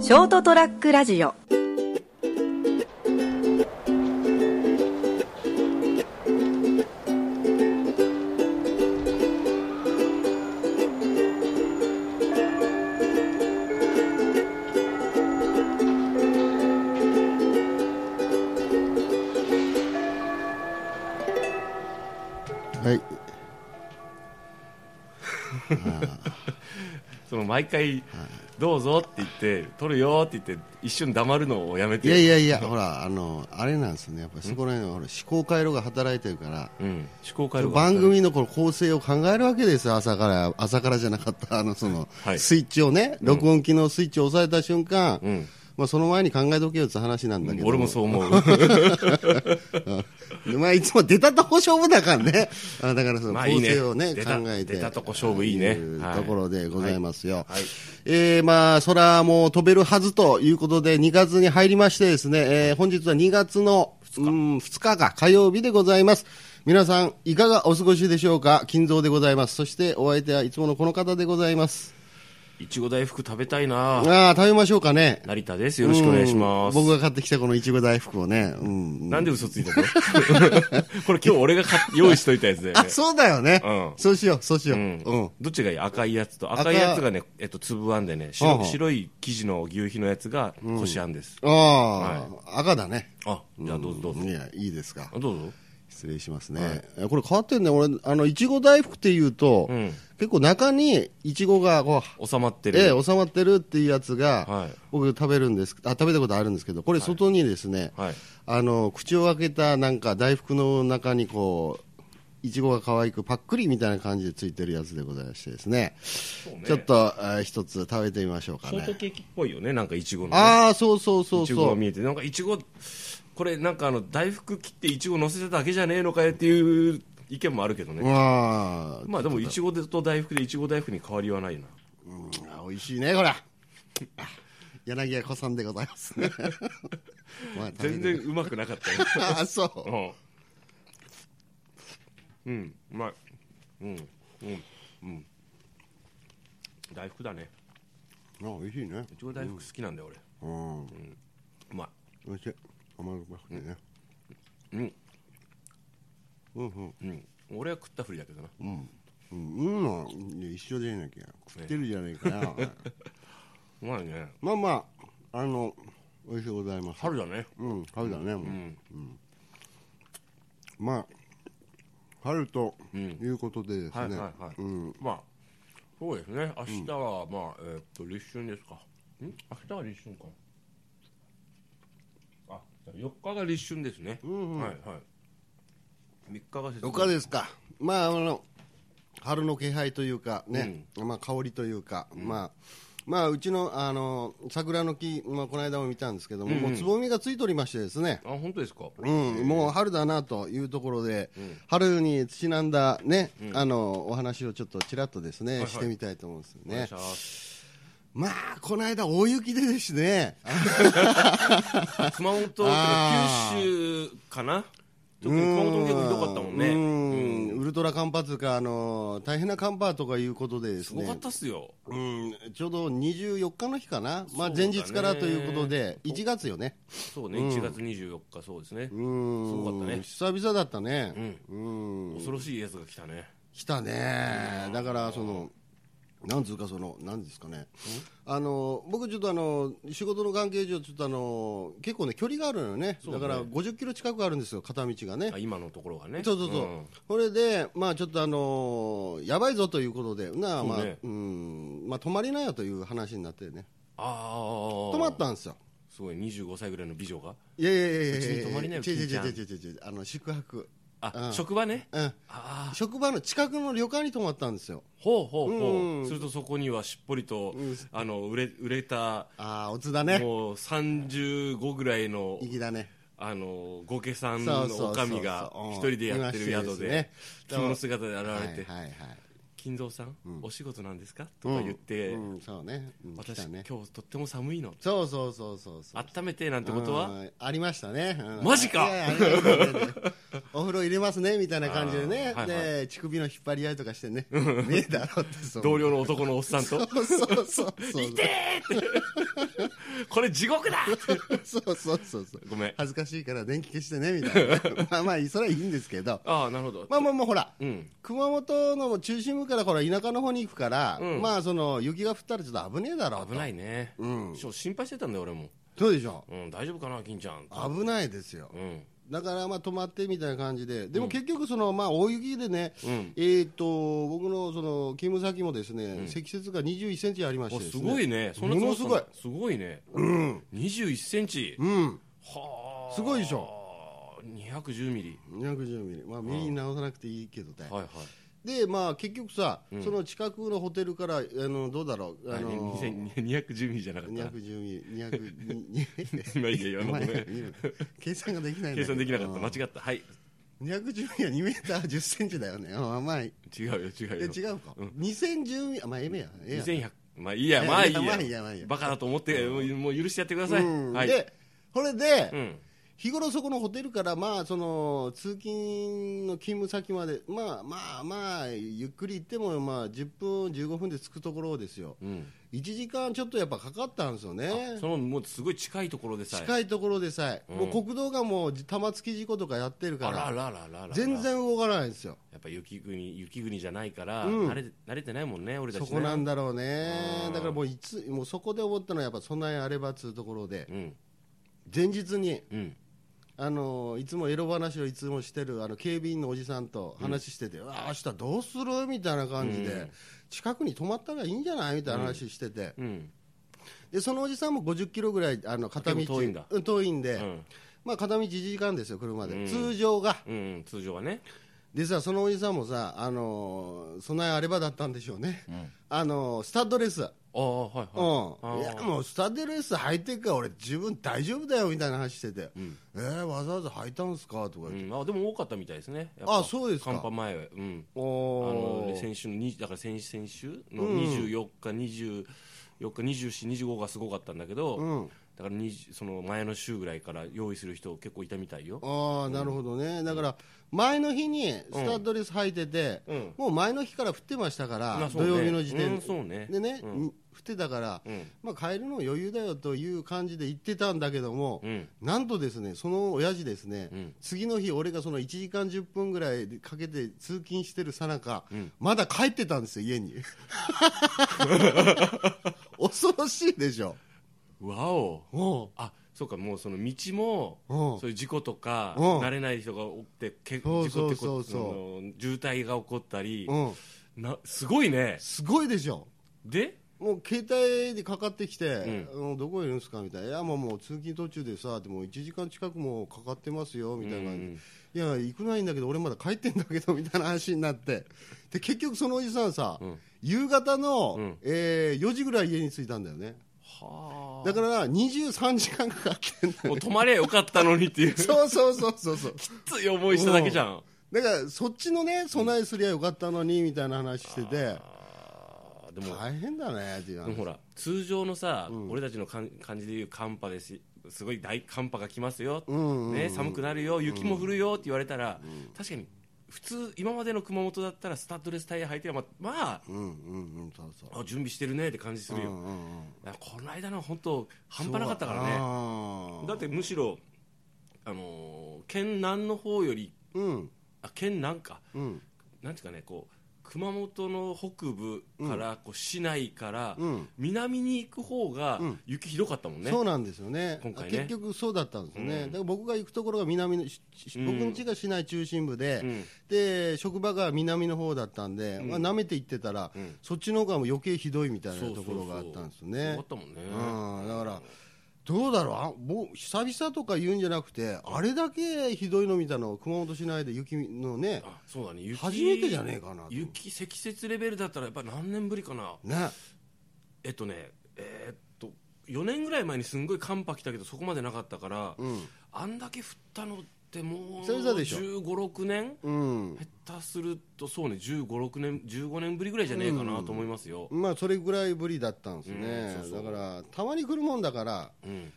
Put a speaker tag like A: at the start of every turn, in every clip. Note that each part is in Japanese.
A: ショートトラックラジオ
B: はい
C: その毎回、どうぞって言って、取るよって言って、一瞬黙るのをやめて
B: いやいやいや、ほら、あの、あれなんですね、やっぱりそこら辺はほら思考回路が働いてるから、
C: うん、思考回路が
B: 番組のこの構成を考えるわけですよ、朝から、朝からじゃなかった、あの、その、
C: はい
B: スイッチをね、録音機のスイッチを押さえた瞬間、
C: うん
B: まあ、その前に考えとけよって話なんだけど、
C: 俺もそう思 う、
B: でまあ、いつも出たとこ勝負だからね、 あだからその
C: まあ
B: 構
C: いいね
B: 成をね、
C: 出た
B: 考えて、
C: 出たとこ勝負いいね
B: う
C: はい
B: ところでございますよ。
C: はい
B: えーまあ、空も飛べるはずということで、2月に入りましてですね、えー本日は2月の2日,、うん、2日が火曜日でございます。皆さん、いかがお過ごしでしょうか金蔵でございます。そして、お相手はいつものこの方でございます。
C: いちご大福食べたいな、
B: ああ、食べましょうかね。
C: 成田です、よろしくお願いします。
B: うん僕が買ってきたこのいちご大福をね。うん。
C: なんで嘘ついたの これ、今日俺が買っ用意しといたやつだよ
B: あ、
C: ね。
B: そうだよね。
C: うん
B: そうしよう、そうしよう。
C: う
B: うんん。
C: どっちがいい赤いやつと
B: 赤
C: 赤いやつがね、えっと、粒あんでね
B: うんう
C: 白
B: ん
C: 白い生地の牛皮のやつがこしあんです、
B: ああ、赤だね。
C: あじゃあどうぞどうぞ、
B: いや、いいですか
C: あ。どうぞ
B: 失礼しますね。えこれ変わってんね。俺、あの、いちご大福っていうと、
C: うん
B: 結構中にいちごがこう、
C: 収まってる、
B: ええ収まってるっていうやつが、
C: はい
B: 僕食べるんですあ食べたことあるんですけどこれ外にですね、
C: はい
B: あの口を開けたなんか大福の中にこういちごが可愛くパックリみたいな感じでついてるやつでございましてですね
C: ね
B: ちょっと、えー一つ食べてみましょうか
C: ショート
B: ね
C: ケーキっぽいよねなんかいちごのね
B: ああそうそうそ
C: いうちご
B: そ
C: が
B: う
C: 見えてなんかいちごこれなんかあの大福切っていちご乗せただけじゃねえのかよっていう意見もあるけどね、
B: わあ
C: まあでもいちごと大福でいちご大福に変わりはないな
B: あ美味しいねこらあ 柳家子さんでございますね まあ食べて
C: 全然うまくなかったよ
B: あそう
C: うんうんうまいうんうんうん大福だね
B: あ美味しいね
C: いちご大福好きなんだよ俺
B: うん
C: うまい
B: 美味しい甘酸っぱくてね
C: う
B: う
C: ん
B: んうん
C: うん俺は食ったふりだけどな
B: うんうんの一緒でいいなきゃ食ってるじゃねえかよ
C: うまいね
B: まあまああの美味しいございます
C: 春だね
B: うん春だね、もう
C: うん
B: まあ春と
C: うん
B: いうことでですね、
C: はいはいはい
B: うん
C: まあそうですね明日はまあ、えーっと立春ですかん明日は立春かあ4日が立春ですね、はいはい3日が節
B: どっかですかまああの春の気配というかね、まあ香りというか、まあまあうちのあの桜の木、まあ、この間も見たんですけども、もうつぼみがついておりましてですね、
C: あ本当ですか
B: うん、もう春だなというところで、春にちなんだね、あのお話をちょっとちらっとですね、
C: はい
B: してみたいと思うんですよ
C: お願い
B: ね
C: し。ます
B: まあこの間大雪でですね、
C: 熊本とか
B: あ
C: 九州かな特に熊本も結構ひどかったもんね
B: うんウルトラ寒波というかあの大変な寒波とかいうことでです
C: すご
B: ね
C: か。ったっすよ
B: うん、ちょうど24日の日かな、まあ、
C: そうだ
B: 前
C: ね
B: 日からということで、1月よね、
C: そうね1月24日そうですね
B: うん、
C: すごかったね
B: 久々だったね、うん、
C: 恐ろしいやつが来たね
B: 来たね、だからその、なんつうか、その、なんですかね、あの僕、ちょっとあの仕事の関係上、ちょっとあの結構ね、距離があるのよね、
C: うね
B: だから50キロ近くあるんですよ、片道がね
C: あ。今のところがね
B: そうそうそう、
C: ん
B: これで、まあ、ちょっとあのやばいぞということで、なあまあ
C: そうね
B: うんまあ、泊まりなよという話になってね、
C: ああ
B: 泊まったんですよ。
C: すごい25歳ぐらいの美女が
B: いやいやいやいや
C: うちに泊まりなよ
B: 違う違う
C: 金ちゃん
B: 違う違う違う違うあの宿泊、
C: あ、
B: うん
C: 職場ね
B: うん、
C: ああ
B: 職場の近くの旅館に泊まったんですよ
C: ほうほうほう、
B: うん
C: するとそこにはしっぽりと、あの売れ売れた、
B: ああおつだね
C: もう35ぐらいの
B: 粋だね
C: あのご家さん
B: そ
C: の
B: うそうそうそう
C: おかみが
B: うん
C: 一人でやってる
B: いま
C: 宿
B: してです
C: で
B: ね
C: 着物姿で現
B: はい
C: れて
B: はいはい
C: 「金蔵さん、お仕事なんですか?」と
B: う
C: か
B: ん
C: 言って「
B: うんそうねうん来
C: 私、
B: たね
C: 今日とっても寒いの
B: そうそうそうそうそう
C: 温めて」なんてことは、
B: うんありましたね、うん
C: マジか
B: いやいやありましたね お風呂入れますねみたいな感じでね、
C: あーはいはい
B: で乳首の引っ張り合いとかして ねねえだろってそう
C: 同僚の男のおっさん
B: そう
C: と
B: そうそうそう
C: これ地獄だ
B: そうそうそうそう。
C: ごめん
B: 恥ずかしいから電気消してね、みたいな。ま あまあ、それはいいんですけど。
C: ああなるほど、
B: まあまあまあ、ほら、
C: うん
B: 熊本の中心部からほら、田舎の方に行くから、
C: うん
B: まあ、その、雪が降ったらちょっと危ねえだろうと。
C: 危ないね、
B: うん
C: そう心配してたんだよ俺も、
B: そうでしょ。
C: うん、大丈夫かな金ちゃん
B: 危ないですよ。
C: うん
B: だから、まあ、止まってみたいな感じで、でも結局、その、まあ、大雪でね、
C: うん
B: えっ、と、僕の、その、勤務先もですね、積雪が21センチありまして
C: お
B: ですすね。
C: ごいねそんな
B: ものすごい
C: 積もったのすごいね、うん、21センチ、
B: うん。
C: はあ
B: すごいでし
C: ょ210ミリ
B: 210ミリ。まあ、ミリに直さなくていいけどね。
C: はいはい
B: で、まあ、結局さ、その近くのホテルから、あの、どうだろう、あ
C: あ
B: の、
C: 210ミリじゃなかった
B: 210ミリ、200、
C: 今いいよ今
B: 前が
C: のごめ
B: 見え
C: ん
B: る計算ができないんだ
C: 計
B: けど
C: 算できなかった間違ったはい
B: 210ミリは2メーター10センチだよねあまあい
C: 違うよ違
B: え
C: うよ
B: 違うか、2010ミリあまあええめやええや
C: 2100まあいいや
B: いや
C: まあいい
B: まあいいやまあいい
C: や
B: や
C: バカだと思ってもうもう許してやってください、
B: うん
C: はい
B: でこれで、
C: うん
B: 日頃そこのホテルからまあその通勤の勤務先までまあまあまあゆっくり行ってもまあ10分15分で着くところですよ、
C: うん
B: 1時間ちょっとやっぱかかったんですよね
C: そのもうすごい近いところでさえ
B: 近いところでさえ、もう国道がもう玉突き事故とかやってるか
C: あ
B: ら
C: ららららら
B: 全然動かないんですよ
C: やっぱ雪国雪国じゃないから、慣れて慣れてないもんね俺たち
B: そ
C: ね
B: こなんだろうね、だからもういつもうそこで思ったのは、やっぱ備えあればっつうところで、
C: うん
B: 前日に、
C: うん
B: あのいつもエロ話をいつもしてるあの警備員のおじさんと話してて、うわ明日どうするみたいな感じで、近くに泊まったらいいんじゃないみたいな話してて、
C: うん
B: でそのおじさんも50キロぐらい、あの片道
C: 結構遠いんだ
B: うん遠いんで、
C: うん
B: まあ、片道1時間ですよ、車で、通常が。
C: うんうん通常はね
B: でさ、そのおじさんもさ、あの備えあればだったんでしょうね、あのスタッドレス。
C: ああはい
B: うん、
C: はいいあ
B: や
C: ー
B: もうスタデレース履いてるから俺十分大丈夫だよみたいな話してて、えー、わざわざ履いたんすかとか言って、
C: うん、あでも多かったみたいですね、やっ
B: あそうですか
C: 寒波前は、うん、あ
B: お
C: の
B: ー
C: 先週のにだから先先週の24日、24日、24、25がすごかったんだけど、だから20その前の週ぐらいから用意する人、結構いたみたいよ、
B: あーなるほどね、だから前の日にスタッドレス履いてて、もう前の日から降ってましたから、
C: まあそう
B: 土
C: ね
B: 曜日の時点
C: うんそうね
B: でね、降ってたから、まあ、帰るの余裕だよという感じで言ってたんだけども、
C: うん
B: なんとですねその親父ですね、
C: ん
B: 次の日、俺がその1時間10分ぐらいかけて通勤してるさなか、まだ帰ってたんですよ、家 に。恐ろしいでしょ。
C: わお、
B: おう
C: あそうか、もうその道も、
B: うん
C: そういう事故とか、
B: うん
C: 慣れない人がおって、け事
B: そ
C: 故
B: う
C: って
B: そうそ
C: こ
B: うそう
C: の渋滞が起こったり、
B: うん、
C: な、すごいね、
B: すごいでしょ。
C: で、
B: もう携帯でかかってきて、あのどこいるんですかみたいな、いや、もうもう通勤途中でさ、でも1時間近くもうかかってますよみたいな感じで、いや、行くないんだけど、俺まだ帰ってんだけどみたいな話にな って、で結局、そのおじさんさ、夕方の、
C: ん
B: えー4時ぐらい家に着いたんだよね、
C: は
B: だから23時間かかってんだ
C: あ、
B: よ、
C: もう止まれよかったのにっていう、き
B: そうそうそうそう そう、
C: つい思いしただけじゃん。
B: だからそっちのね、備えすりゃよかったのにみたいな話してて、
C: あでも
B: 大変だねっていう
C: でも
B: 話。
C: ほら通常のさ、俺たちのかん感じで言う寒波ですすごい大寒波が来ますよ、ね、寒くなるよ雪も降るよって言われたら、確かに普通今までの熊本だったらスタッドレスタイヤ履いてればまあ、
B: うんうんうん、そうそう。
C: あ準備してるねって感じするよ、
B: うんうんうん
C: いやこの間の本当半端なかったからね
B: ね
C: だってむしろ、あのー県南の方より
B: うん
C: あ県南か、
B: うん
C: なんていうかねこう熊本の北部から、こう市内から、
B: うん
C: 南に行く方が雪ひどかったもんね、
B: そうなんですよね
C: 今回ね
B: 結局そうだったんですよね、だから僕が行くところが南の、しし僕の家が市内中心部で、
C: うん
B: で職場が南の方だったんで、まあ、舐めて行ってたら、そっちの方がもう余計ひどいみたいなところがあったんですよね。
C: そうそうそうすごかったも
B: う
C: んね、
B: んだからどうだろうあもう久々とか言うんじゃなくて、あれだけひどいの見たの、熊本市内で雪のね、
C: あそうだね雪
B: 初めてじゃねえかなと
C: 雪積雪レベルだったらやっぱ何年ぶりかな
B: ね
C: えっとねえーっと4年ぐらい前にすんごい寒波来たけどそこまでなかったから、あんだけ降ったのってもう
B: 久々でしょ
C: 1 5六6年、
B: うん、
C: 下手するとそうね1 5六年15年ぶりぐらいじゃねえかなと思いますよ、
B: まあそれぐらいぶりだったんですね、
C: うんそうそう
B: だからたまに来るもんだから、
C: うん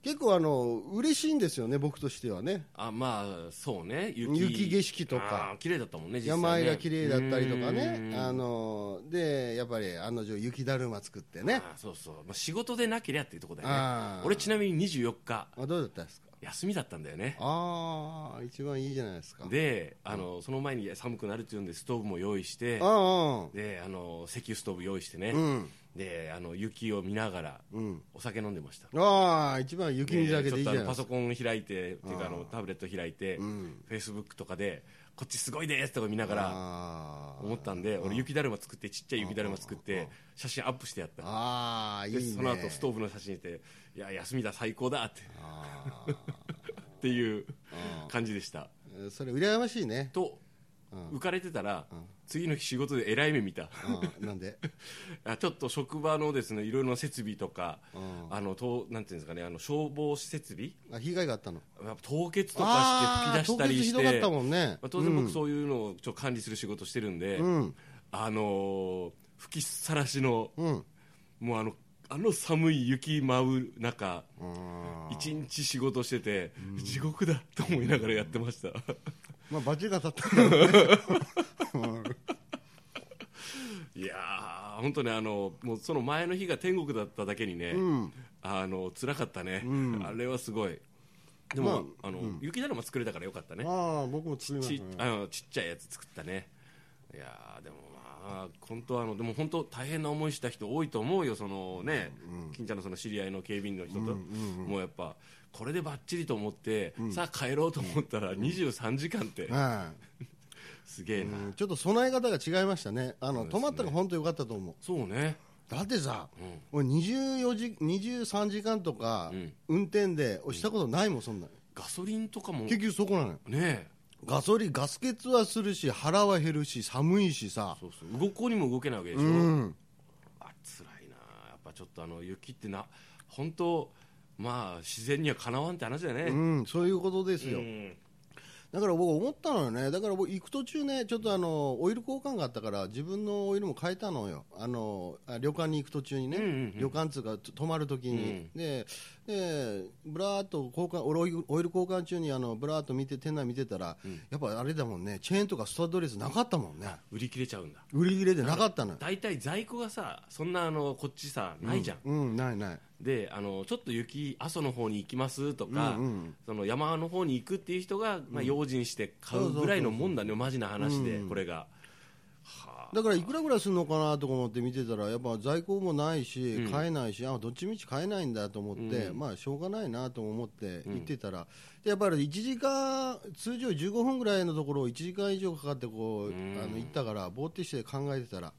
B: 結構あの嬉しいんですよね、僕としてはね、
C: あまあそうね雪
B: 雪景色とか
C: あー綺麗だったもんね実際ね
B: 山あいが綺麗だったりとかね
C: う、ん
B: あのでやっぱり案の定、雪だるま作ってね、
C: あーそうそう、まあ、仕事でなけりゃっていうところだよ
B: あ
C: ね
B: ー
C: 俺ちなみに24日
B: あどうだったですか、
C: 休みだったんだよね
B: ああ、一番いいじゃないですか、
C: であのその前に寒くなるっていうんでストーブも用意して
B: あ
C: であの石油ストーブ用意してね、
B: あ、うん、
C: であの雪を見ながら
B: うん、
C: お酒飲んでました
B: ああ、一番雪見だけでいいじ
C: ちょ
B: ゃない
C: っとあの
B: で
C: パ
B: す
C: ソ
B: か、
C: コン開いてっていうかあのタブレット開いて、
B: ん
C: フェイスブックとかでこっちすごいですとか見ながら
B: あー
C: 思ったんで俺雪だるま作ってちっちゃい雪だるま作って写真アップしてやった
B: あー、いい
C: で
B: ね、
C: その後ストーブの写真でいや休みだ最高だってっていう感じでした
B: うんそれ、羨ましい ね、
C: と浮かれてたら次の日仕事でえらい目見た
B: あーなんで、
C: あちょっと職場のですねいろいろな設備とかあのとなんていうんですかねあの消防設備
B: あ被害があったの、
C: やっぱ凍結とかして吹き出したりして
B: あー凍結ひどかったもんね
C: まあ当然僕そういうのをちょっと管理する仕事してるんで、あのー吹きさらしの、もうあのあの寒い雪舞う中一日仕事してて、地獄だと思いながらやってました、
B: まあ、バチが当たったんだろうね
C: いやー本当ねあのもうその前の日が天国だっただけにね、あの辛かったね、あれはすごいでも、あの雪だるま作れたからよかったね
B: ああ、 僕も作りまし
C: ち
B: た、ね。
C: あのちっちゃいやつ作ったねいやーでもまあ本当あのでも本当大変な思いした人多いと思うよそのね、金ちゃんのその知り合いの警備員の人と、もうやっぱこれでばっちりと思って、さあ帰ろうと思ったら23時間って、
B: は
C: すげえな、
B: い、うんちょっと備え方が違いましたね、あの止まったのが本当良かったと思う、
C: そうね
B: だってさ、俺24時、23時間とか、運転で、俺したことないもん、そんな、
C: ガソリンとかも
B: 結
C: ね
B: 局そこなのよ、
C: え
B: ガソリン、ガス欠はするし、腹は減るし、寒いしさ、
C: そうそう動こうにも動けないわけでしょ、
B: うん、
C: あ辛いなやっぱちょっとあの雪ってな本当まあ自然にはかなわんって話だ
B: う
C: よね、
B: ん、そういうことです
C: う
B: よ、
C: ん
B: だから僕、思ったのよね、だから僕、行く途中ね、ちょっとあのオイル交換があったから、自分のオイルも変えたのよ、あのあ旅館に行く途中にね、
C: うんうんうん
B: 旅館っつうか、と泊まるときに、で、で、ぶらーっと交換オイルオイル交換中にあの、ぶらーっと見て、店内見てたら、やっぱあれだもんね、チェーンとかストアドレスなかったもんね、
C: 売り切れちゃうんだ
B: 売り切れでなかったのよ、
C: 大体在庫がさそんなあのこっちさないじゃん、
B: うん、ないない、
C: であのちょっと雪阿蘇の方に行きますとか、
B: うんうん
C: その山の方に行くっていう人が、まあ、用心して買うぐらいのもんだねマジな話で、これがはあ
B: だからいくらぐらいするのかなとか思って見てたら、やっぱ在庫もないし、買えないし、あどっちみち買えないんだと思って、まあしょうがないなと思って行ってたら、でやっぱり1時間、通常15分ぐらいのところを1時間以上かかってこう、あの行ったから、ぼーってして考えてたら、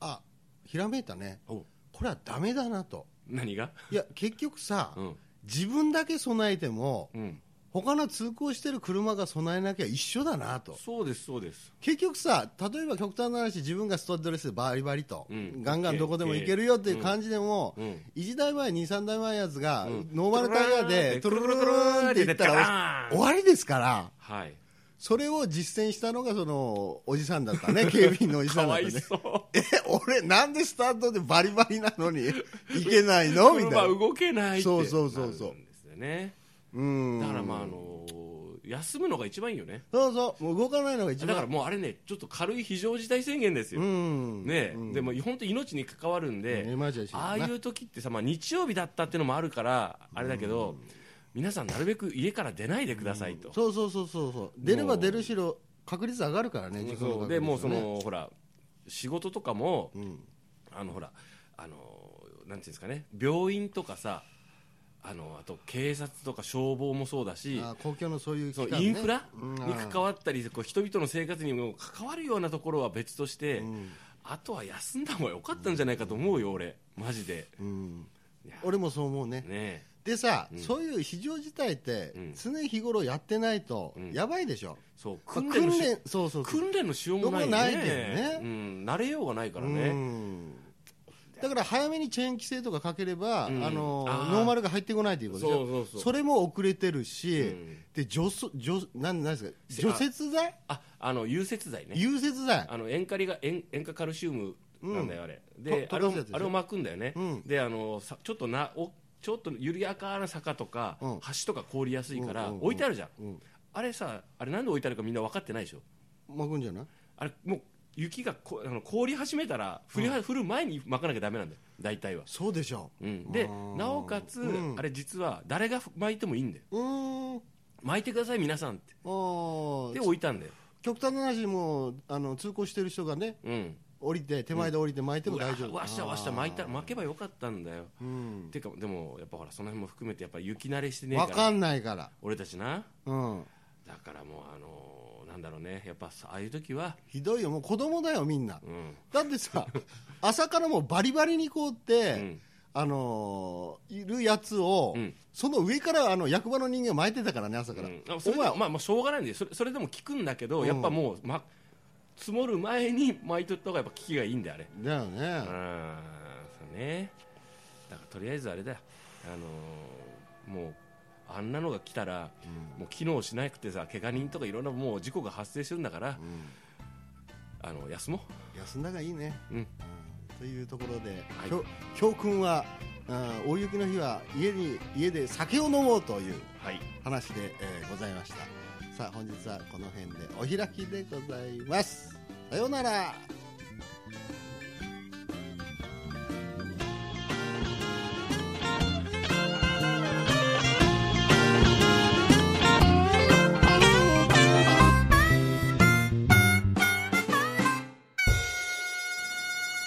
B: あひらめいたね、
C: お
B: これはだめだなと、
C: 何が
B: いや、結局さ、
C: うん
B: 自分だけ備えても、
C: うん
B: 他の通行してる車が備えなきゃ一緒だなと。
C: そうですそうです
B: 結局さ、例えば極端な話、自分がストアドレスでバリバリと、
C: うん
B: ガンガンどこでも行けるよっていう感じでも、
C: うんうん
B: 1台前、2、3台前やつが、
C: ん
B: ノーマルタイヤで、
C: ト
B: ト
C: ゥ
B: ゥ
C: ル
B: ル
C: ル
B: ル
C: ル
B: ル
C: ル
B: ル
C: ルーン
B: ーン
C: っ
B: ってて
C: 言
B: 言っ
C: っ
B: たた
C: ら
B: ら、終わりですから、
C: はい
B: それを実践したのが、その、おじさんだったね、警備員のおじさ
C: か
B: んだっ
C: わ
B: た
C: い
B: ね。
C: そう
B: え、俺、なんでスタートでバリバリなのに、行けないのみたい
C: 車
B: な。
C: 動けないって
B: そうそうそうそう
C: なるんですよね
B: うん。
C: だからまああの休むのが一番いいよね
B: そうそう、もう動かないのが一
C: だから
B: 番。
C: もうあれねちょっと軽い非常事態宣言ですよ、
B: うん。
C: ねでも本当命に関わるんで、
B: うんエマージェンシーだな
C: ああいう時ってさ、まあ、日曜日だったっていうのもあるからあれだけど、皆さんなるべく家から出ないでくださいと、
B: そうそうそうそうそう出れば出るしろ確率上がるからね
C: そう
B: 自己の確率
C: でもうそ
B: ね
C: のほら仕事とかも、
B: ん
C: あのほらあのなんていうんですかね病院とかさあのあと警察とか消防もそうだし
B: あー公共のそういう機
C: そ
B: 関
C: の
B: ね
C: インフラ
B: うん
C: に関わったり、こう人々の生活にも関わるようなところは別として、あとは休んだ方が良かったんじゃないかと思うよ、俺、マジで。
B: うん
C: いや
B: 俺もそう思うね
C: ねえ
B: でさ、そういう非常事態って
C: うん
B: 常日頃やってないと
C: ん
B: やばいでしょ、
C: そう
B: まあ
C: 訓練の
B: 訓
C: し
B: 練そうそうそう
C: 訓練のしようもないよね
B: どこもないけどね
C: うん、慣れようがないから
B: う
C: ね、
B: んだから早めにチェーン規制とかかければ、
C: うん
B: あの
C: あー
B: ノーマルが入ってこないということでしょ
C: そうそうそう
B: れも遅れてるし、
C: うん
B: で除草除なんなんですか
C: せ
B: 除雪剤、
C: ああの融雪剤ね
B: 融雪剤
C: あの塩化リが塩塩化カルシウムなんだよあれ、
B: ん
C: で
B: と
C: あれ
B: 溶
C: を
B: かすやつでしょ
C: あれを巻くんだよね、
B: うん
C: であのさちょっとなおちちょっと緩やかな坂とか、
B: うん
C: 橋とか凍りやすいか
B: う
C: ら、
B: んうんうん
C: 置いてあるじゃん、
B: うん
C: あれさあれなんで置いてあるかみんな分かってないでしょ
B: 巻くんじゃない
C: あれもう雪がこあの凍り始めたら降りは、降る前に巻かなきゃダメなんだよ大体は、
B: そうでしょ
C: うん、で
B: うん
C: なおかつ、
B: うん
C: あれ実は誰が巻いてもいいんだよ
B: う。うーん。
C: 巻いてください皆さんって
B: あー
C: で置いたんだよ、
B: 極端な話もうあの通行してる人がね
C: うん、
B: 降りて手前で降りて巻いても大丈夫
C: うわわっしゃわっしゃ巻いた巻けばよかったんだよ
B: うん
C: てかでもやっぱほらその辺も含めてやっぱ雪慣れしてねえ
B: 分
C: から
B: かんないから
C: 俺たちな
B: うん
C: だからもうあのーなんだろうねやっぱさああいう時は
B: ひどいよもう子供だよみんな
C: うん
B: だって さ朝からもうバリバリにこうって、
C: うん
B: あのーいるやつを、
C: うん
B: その上からあの役場の人間巻いてたからね朝から、
C: うんあそれ
B: お前
C: でまあまあしょうがないんでそれそれでも聞くんだけど、
B: うん
C: やっぱもう、ま、積もる前に巻いとった方がやっぱ効きがいいんだよあれ
B: だよね
C: う、んそうねだからとりあえずあれだよあのーもうあんなのが来たら、もう機能しなくてさ怪我人とかいろんなもう事故が発生してるんだから、あの休も
B: 休んだがいいね、
C: う、うん、
B: うんというところで、
C: はい
B: ひょ教訓はあー大雪の日は家に家で酒を飲もうという
C: はい
B: 話で、えーございましたさあ本日はこの辺でお開きでございますさようなら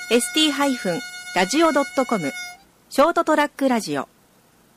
A: ー ST-radio.com ショートトラックラジオ